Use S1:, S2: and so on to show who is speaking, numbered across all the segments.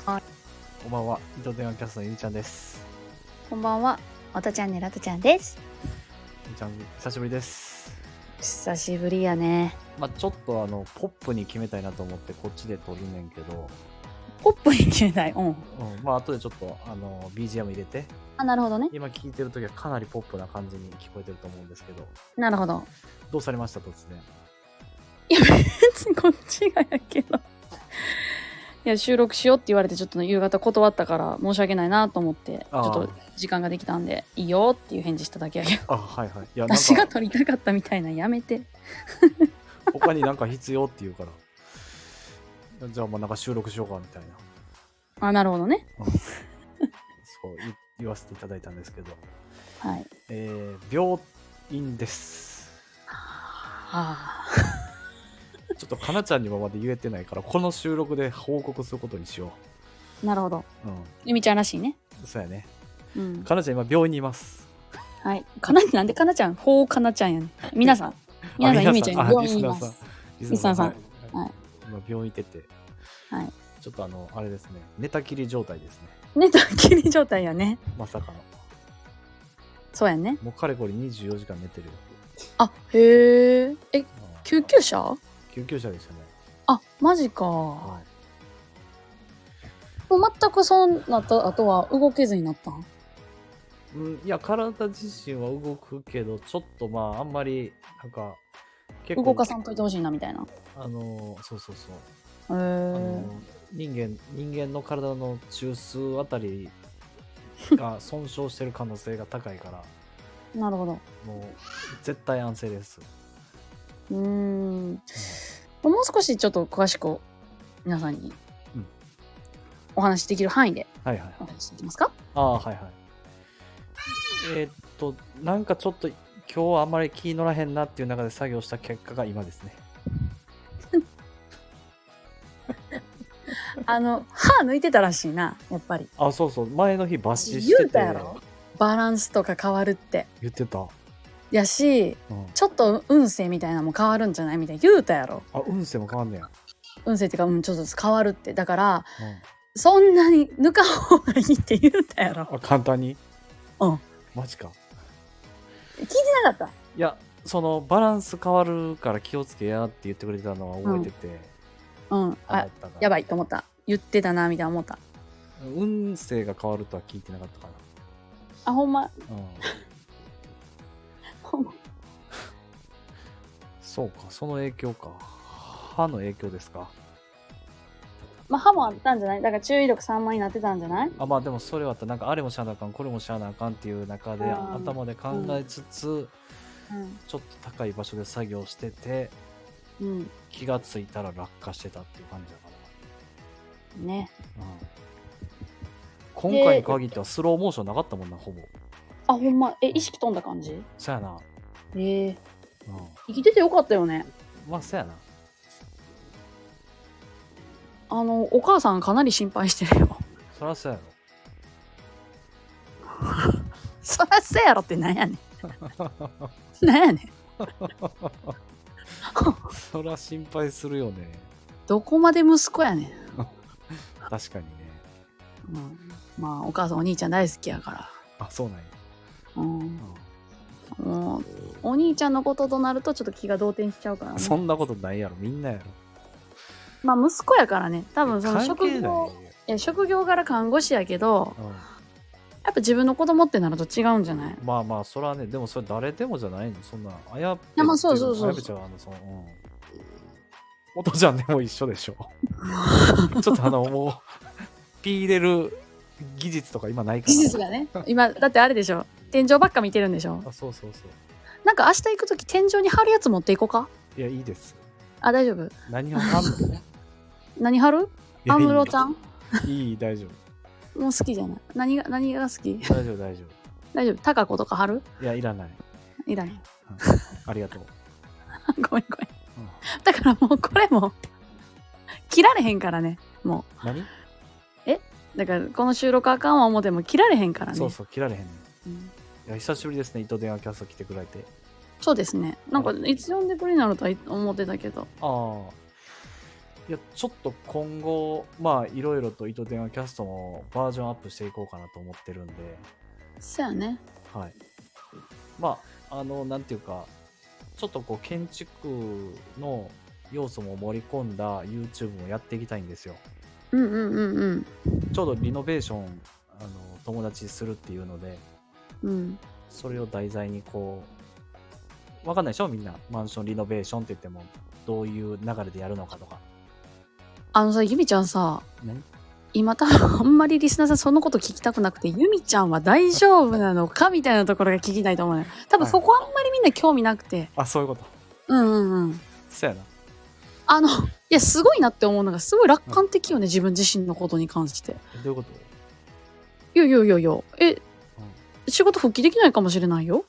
S1: こんばんは。糸電話キャストのゆりちゃんです。
S2: こんばんは、おとちゃんねらとちゃんです。
S1: ゆりちゃん、久しぶりです。
S2: 久しぶりやね。
S1: まあ、ちょっとあの、ポップに決めたいなと思って、こっちで撮るねんけど、
S2: ポップに消えない。うん。
S1: うん、まあ、後でちょっと、あの、BGM 入れて、
S2: あ、なるほどね。
S1: 今聞いてるときはかなりポップな感じに聞こえてると思うんですけど、
S2: なるほど。
S1: どうされました突然。
S2: いや、別にこっちがやけど。いや、収録しようって言われて、ちょっと夕方断ったから、申し訳ないなと思って、ち
S1: あー
S2: ょっと時間ができたんで、いいよっていう返事しただけやけど。
S1: あ、はいはい。いや、 なん
S2: 私が
S1: か、
S2: 撮りたかったみたいなやめて。
S1: 他になんか必要って言うから、 じゃあまあなんか収録しようかみたいな、
S2: あ、なるほどね。
S1: そう言言わせていただいたんですけど、
S2: はい。
S1: えー、病院です。
S2: は
S1: ちょっとかなちゃんにもまだ言えてないから、この収録で報告することにしよ
S2: あ。なるほど。
S1: う。うん。
S2: ゆみちゃんらしいね。
S1: そうやね。
S2: うん。
S1: かなちゃん今病院にいます。
S2: はい。かな、なんでかなちゃんほうかなちゃんやね。皆さん。皆さん、ゆみちゃん、病院にいます。
S1: リ
S2: リスナーさん
S1: は
S2: はい
S1: い。今病院行ってて。
S2: はい。
S1: ちょっとあの、あれですね。寝たきり状態ですね。
S2: 寝たきり状態やね。
S1: まさかの。
S2: そうやね。
S1: もうかれこれ24時間寝てるよ。
S2: あ、へえ。え、
S1: うん
S2: 救急車
S1: 救急車でしたね。
S2: あ、マジか。も
S1: は
S2: う全くそうなった後は動けずになったん
S1: い。うん、いや、体自身は動くけど、ちょっとまあ、あんまり、なんか、結
S2: 動かさんといてほしいなみたいな。へ
S1: あの、そうそうそう。あ
S2: え
S1: の。人間人間の体の中枢あたりが損傷してる可能性が高いから
S2: なるほど。
S1: もう絶対安静です
S2: うーん。もう少しちょっと詳しく皆さんに
S1: うん
S2: お話しできる範囲で
S1: はいはい
S2: お話ししていきますか
S1: ああはいはいえーっとなんかちょっと今日はあんまり気乗らへんなっていう中で作業した結果が今ですね
S2: あの、歯抜いてたらしいな、やっぱり。
S1: あそうそう前の日抜歯してて
S2: 言うたやろバランスとか変わるって。
S1: 言ってた、
S2: やし、
S1: うん、
S2: ちょっと運勢みたいなのも変わるんじゃないみたいな言うたやろ。
S1: あ運勢も変わんねや、
S2: 運勢っていうか、うん、ちょっとずつ変わるってだから
S1: う
S2: そんなに抜かん方がいいって言うたやろ
S1: ん、あ簡単に
S2: うん
S1: マジか
S2: 聞いてなかっ
S1: いやそのバランス変わるから気をつけやって言ってくれてたのは覚えてて、
S2: たうんあ
S1: ったから
S2: やばいと思った言ってたなみたいな思った
S1: 運勢が変わるとは聞いてなかったかな
S2: あほんま
S1: うん
S2: ほんま
S1: そうかその影響か歯の影響ですか
S2: まあ歯もあったんじゃないだから注意力散漫になってたんじゃない
S1: あまあでもそれはあったなんかあれもしゃあなあかんこれもしゃあなあかんっていう中で
S2: うん
S1: 頭で考えつつ、
S2: うん、
S1: ちょっと高い場所で作業してて
S2: うん
S1: 気がついたら落下してたっていう感じだか
S2: ね
S1: ら、うん、今回に限ってはスローモーションなかったもんなほぼ
S2: あほんまえ意識飛んだ感じ
S1: そやな、
S2: ええ
S1: う
S2: 生きててよかったよね
S1: ん、まあそやな
S2: あのお母さんかなり心配してるよ
S1: そらそやろ
S2: そらそうやろってなんやねん なんやねん
S1: そら心配するよね
S2: どこまで息子やねん
S1: 確かにね
S2: うん、まあお母さんお兄ちゃん大好きやか
S1: あそうなんや、
S2: ら、うん、
S1: うん
S2: もうお兄ちゃんのこととなるとちょっと気が動転しちゃうから、ね、
S1: そんなことないやろ、みんなやろ。
S2: まあ息子やからね多分その
S1: 関
S2: 職
S1: 係ないよ
S2: 業いや職業柄看護師やけど
S1: う
S2: やっぱ自分の子供ってなると違うんじゃない
S1: ん、まあまあ、それはね、でもそれ誰でもじゃないの、そんな。あやっ
S2: やまあそうそうそう
S1: あやべちゃんはあの、その、うん。お父ちゃんでも一緒で しょ。ちょっとあの、もう、ピー入れる技術とか今ないから。
S2: 技術が ね今だってあれでしょ天井ばっか見てるんでしょ
S1: あ、そうそうそう。
S2: なんか明日行く時天井に貼るやつ持っていこうか
S1: いや、いいです。
S2: あ大丈夫
S1: 何をかんのいや
S2: 何貼る 安室ちゃ
S1: い
S2: ん
S1: いいい、大丈夫。
S2: もう好きじゃない何が何が好き
S1: 大丈夫、大丈
S2: 大丈夫高子とか貼る
S1: 夫。いや、いらない。
S2: いらない
S1: ありがとう。
S2: ごめんごめん
S1: うん、
S2: だからもうこれも切られへんからねも
S1: 何、
S2: うだからこの収録あかんは思っても切られへんからね
S1: そうそう、切られへんねん。
S2: うん
S1: いや、久しぶりですね、糸電話キャスト来てくれて。
S2: そうですねなんかいつ呼んでくれなるとは思ってたけど
S1: ああ。いや、ちょっと今後、まあ、いろいろと糸電話キャストもバージョンアップしていこうかなと思ってるんで、
S2: そうやね。
S1: はい。まあ、あの、なんていうか、ちょっとこう、建築の要素も盛り込んだ YouTube もやっていきたいんですよ。
S2: うんうんうんうん。
S1: ちょうどリノベーション、あの、友達するっていうので、
S2: うん。
S1: それを題材にこう、わかんないでしょみんな。マンションリノベーションって言っても、どういう流れでやるのかとか。
S2: あのさ、ゆみちゃんさ、
S1: ね。
S2: 今多分あんまりリスナーさんそのこと聞きたくなくて、ゆみちゃんは大丈夫なのかみたいなところが聞きたいと思うよ。多分そこあんまりみんな興味なくて。
S1: あ、そういうこと。
S2: うんうんうん。
S1: そうやな。
S2: あの、いや、すごいなって思うのが、すごい楽観的よね、自分自身のことに関して。
S1: えどういうこと
S2: いやいやいやいや、え、仕事復帰できないかもしれないよ。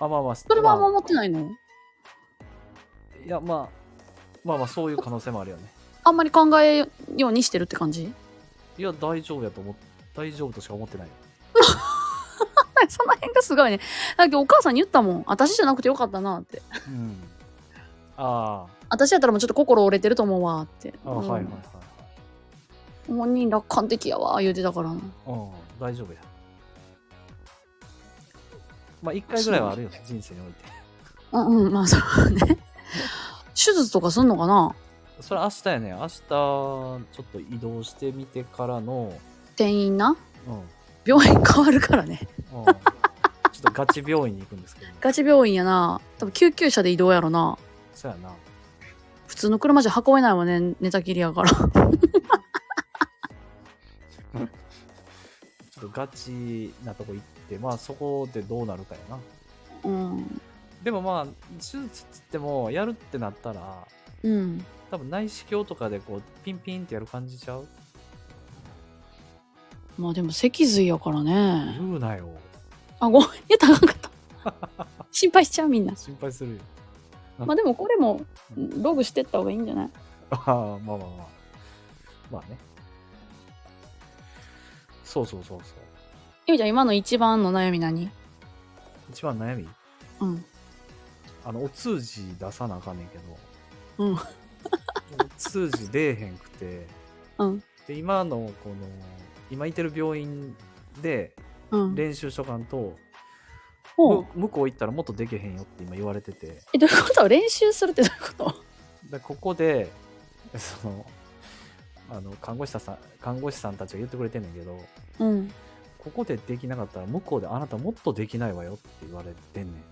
S1: あ、まあまあ、
S2: それはあんま
S1: ま
S2: 思ってないの
S1: あ、いや、まあ、まあまあ、そういう可能性もあるよね。
S2: あんまり考えようにしてるって感じ
S1: いや、大丈夫やと思っ大丈夫としか思ってないよ。
S2: その辺がすごいね。だけどお母さんに言ったもん。私じゃなくてよかったなって。
S1: うん。あ
S2: 私やったらもうちょっと心折れてると思うわって。
S1: あ、あ、はいはい
S2: うん
S1: はい
S2: 本人楽観的やわ、言うてたからな。
S1: はい。うん、大丈夫や。まあ、一回ぐらいはあるよね、人生において。
S2: うんうん、まあそ うね。手術とかすんのかな
S1: それ明日やね、明日、ちょっと移動してみてからの、
S2: 店員な
S1: うん、うん。
S2: 病院変わるからね。
S1: ちょっとガチ病院に行くんです けど、
S2: ガチ病院やな。多分救急車で移動やろな。
S1: そうやな。
S2: 普通の車じゃ運べないわね、寝たきりやから。
S1: ちょっとガチなとこ行って、まあ、そこでどうなるかやな。
S2: うん。
S1: でもまあ、手術っつっても、やるってなったら、
S2: うん。
S1: 多分内視鏡とかでこうピンピンってやる感じちゃう
S2: まあでも脊髄やからね。
S1: 言うなよ
S2: あ、ごめん。言ったらあかんか った。心配しちゃうみんな。
S1: 心配するよ
S2: まあでもこれもログしてった方がいいんじゃない
S1: ああまあまあまあまあねそうそうそうそう
S2: ゆみちゃん、今の一番の悩み何
S1: 一番悩み
S2: うん。
S1: あのお通じ出さなあかんねんけど
S2: うん
S1: お通じ出えへんくて
S2: うん。
S1: で今のこの今いてる病院で
S2: うん。
S1: 練習所感と、
S2: おう
S1: む向こう行ったらもっとできへんよって今言われてて
S2: え、どういうこと練習するってどういうこと
S1: でここでそのあの看護師さん看護師さんたちが言ってくれてんねんけど
S2: うん。
S1: ここでできなかったら向こうであなたもっとできないわよって言われてんね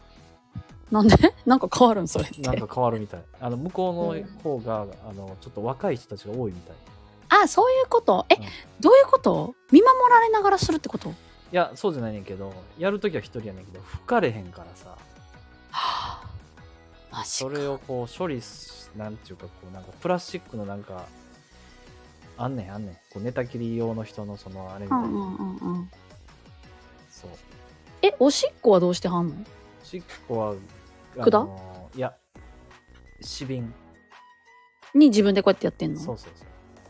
S2: なんで なんか変わるんそれっ
S1: んなん
S2: て。
S1: か変わるみたいあの向こ
S2: うん
S1: うの方が、あのちょっと若い人たちが多いみたい
S2: あ、そういうこと。え、
S1: うん
S2: どういうこと見守られながらするってこと
S1: いやそうじゃないねんけどやるときは一人やねんけど吹かれへんからさ
S2: はあ。マジ
S1: そ
S2: か。
S1: れをこう処理しなんていうかこうなんかプラスチックのなんかあんねんあんねんこう寝たきり用の人のそのあれみ
S2: う
S1: たい
S2: ん
S1: な、
S2: うんうんうん。
S1: そう
S2: え、おしっこはどうしてはんの
S1: しっこは、
S2: 管
S1: あのいや、死瓶。
S2: に自分でこうやってやってんの
S1: そうそうそう。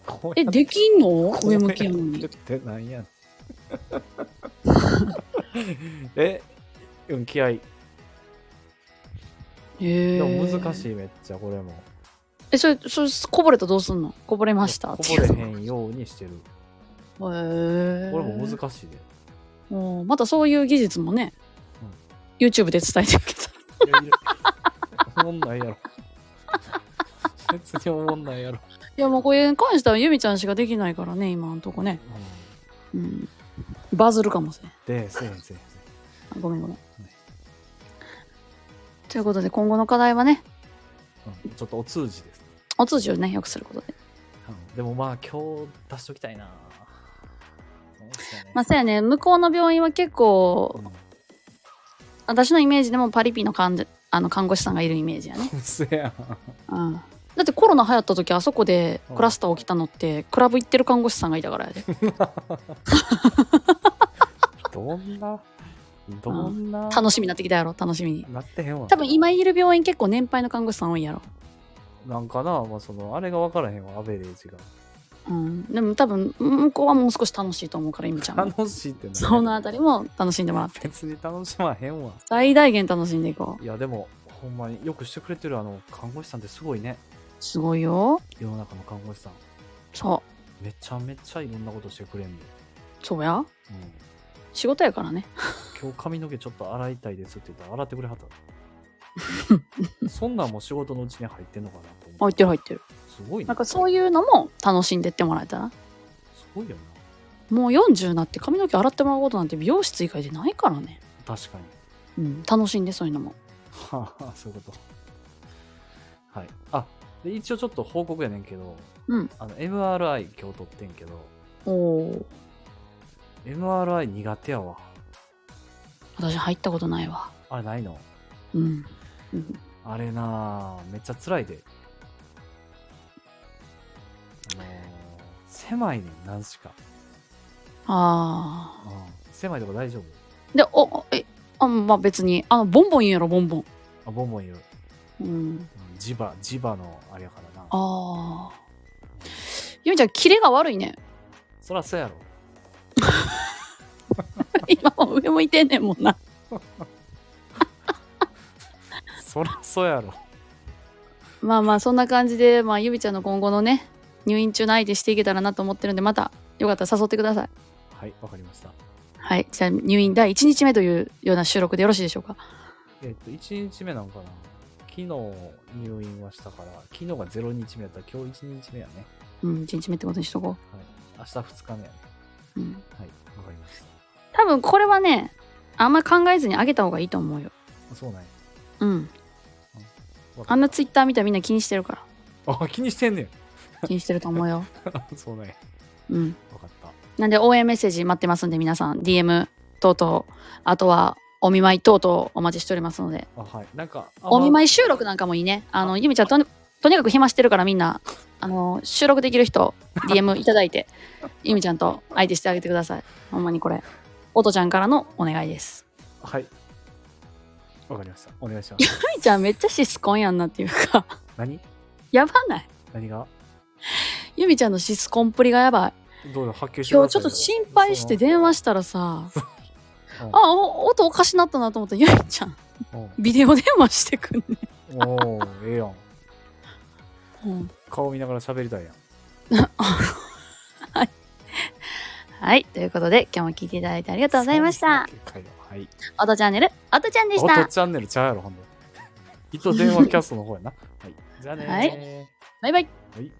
S1: こう
S2: え、
S1: やっ
S2: できんの
S1: こう
S2: 上
S1: やっ
S2: 向きやのに。
S1: てなんやねん え、うん、気合い。で
S2: へえ。
S1: も難しい、めっちゃ、これも。
S2: え、それ、それ、こぼれたらどうすんのこぼれました
S1: こ
S2: って
S1: ぼ
S2: いう
S1: れへんようにしてる。
S2: へえ。
S1: これも難しいで。
S2: もうまたそういう技術もね、YouTube で伝えてるけ
S1: い
S2: ど。
S1: やいやおもんないやろ。別におもんないやろ。
S2: いや、もうこれに関してはゆみちゃんしかできないからね、今のとこね。
S1: うん
S2: うん。バズるかもしれん。
S1: で、せえへんせえへんせ
S2: あごめんごめん。ということで、今後の課題はね、
S1: えへんうんちょっとお通じです。
S2: お通じをね、よくすることで。
S1: うんでもまあ今日出しときたいな。そうっすよね
S2: まあ、そうやね、向こうの病院は結構、
S1: う
S2: 私のイメージでもパリピの患者、あの、看護師さんがいるイメージやね。
S1: んせやん。
S2: うん。だってコロナ流行った時あそこでクラスター起きたのってクラブ行ってる看護師さんがいたからやで
S1: どんな、どんな、
S2: 楽しみになってきたやろ楽しみに
S1: なってへんわ。
S2: 多分今いる病院結構年配の看護師さん多いやろ
S1: なんかな、まあその、あれが分からへんわ、アベレージが。
S2: うん、でも多分向こうはもう少し楽しいと思うからゆみちゃんも
S1: 楽しいってな。
S2: そのあたり。も楽しんでもらって
S1: 別に楽しまへんわ。
S2: 最大限楽しんでいこう
S1: いや、でも、ほんまによくしてくれてるあの、看護師さんってすごいね。
S2: すごいよ
S1: 世の中の看護師さん
S2: そ
S1: めちゃめちゃいろんなことしてくれんで、
S2: うそうや
S1: うん、
S2: 仕事やからね
S1: 今日髪の毛ちょっと洗いたいですって言ったら洗ってくれはった そんなんも仕事のうちに入ってんのかなと思う
S2: 入ってる入ってる
S1: すごい
S2: な
S1: ね
S2: んかそういうのも楽しんでってもらえたら
S1: すごいよな
S2: もう40になって髪の毛洗ってもらうことなんて美容室以外でないからね
S1: 確かに
S2: うん楽しんでそういうのも
S1: はあそういうことはいあで一応ちょっと報告やねんけど、
S2: うん
S1: あの MRI 今日取ってんけど
S2: おお
S1: MRI 苦手やわ
S2: 私入ったことないわ
S1: あれないの
S2: うん、うん、
S1: あれなあめっちゃ辛いであのー狭いねん何しか、
S2: あ
S1: うん、狭いとこ大丈夫
S2: ーでおおえあまあ別にあのボンボン言うんやろボンボン
S1: あボンボン言う
S2: うん
S1: うん磁場磁場のあれやからな
S2: ああゆみちゃんキレが悪いね
S1: そらそうやろ
S2: 今も上向いてんねんもんな
S1: そらそうやろ
S2: まあまあそんな感じで、まあ、ゆみちゃんの今後のね入院中の相手していけたらなと思ってるんでまたよかったら誘ってください
S1: はいわかりました
S2: はいじゃあ入院第1日目というような収録でよろしいでしょうか
S1: えっと1日目なんかな昨日入院はしたから昨日が0日目やったら今日1日目やね
S2: うん1日目ってことにしとこ
S1: はい明日2日目やね
S2: う、うん、
S1: はいわかりました
S2: 多分これはねあんま考えずにあげた方がいいと思うよ
S1: あそうなんや
S2: うん
S1: わか
S2: あんな
S1: っ
S2: ツイッター見たらみんな気にしてるか
S1: たあ気にしてんねん
S2: ら気にしてると思うよ
S1: そうなんや
S2: うん
S1: わかった
S2: なんで応援メッセージ待ってますんで皆さん DM 等々あとはお見舞い等々お待ちしておりますので
S1: あはいなんか
S2: お見舞
S1: い
S2: い収録なんかもいいねあ
S1: あ
S2: のゆみちゃんとにとにかく暇してるからみんなあの収録できる人 DM いただいて ゆみちゃんと相手してあげてくださいほんまにこれおとちゃんからのお願いです
S1: はいわかりましたお願いします
S2: ゆみちゃんめっちゃシスコンやんなっていうか
S1: 何
S2: やばない
S1: 何が
S2: ゆみちゃんのシスコンプリがやばい
S1: どうだ発揮してく
S2: 今
S1: だ
S2: 日ち
S1: さ
S2: ょ
S1: い
S2: っと心配して電話したらさ
S1: して、うん
S2: あお音おかしなったなと思ったゆみちゃん
S1: う
S2: ビデオ電話してくんね、
S1: んおーええやん
S2: うん
S1: 顔見ながら喋りたいやん
S2: はいということで今日も聞いていただいてありがとうございました
S1: そうですね。はい。
S2: 音チャンネル音ちゃんでし
S1: オ
S2: た
S1: トチャンネルちゃうやろ、ほんで。糸電話キャストの方やな。はい。じゃあねー
S2: はいバイバイ
S1: はい。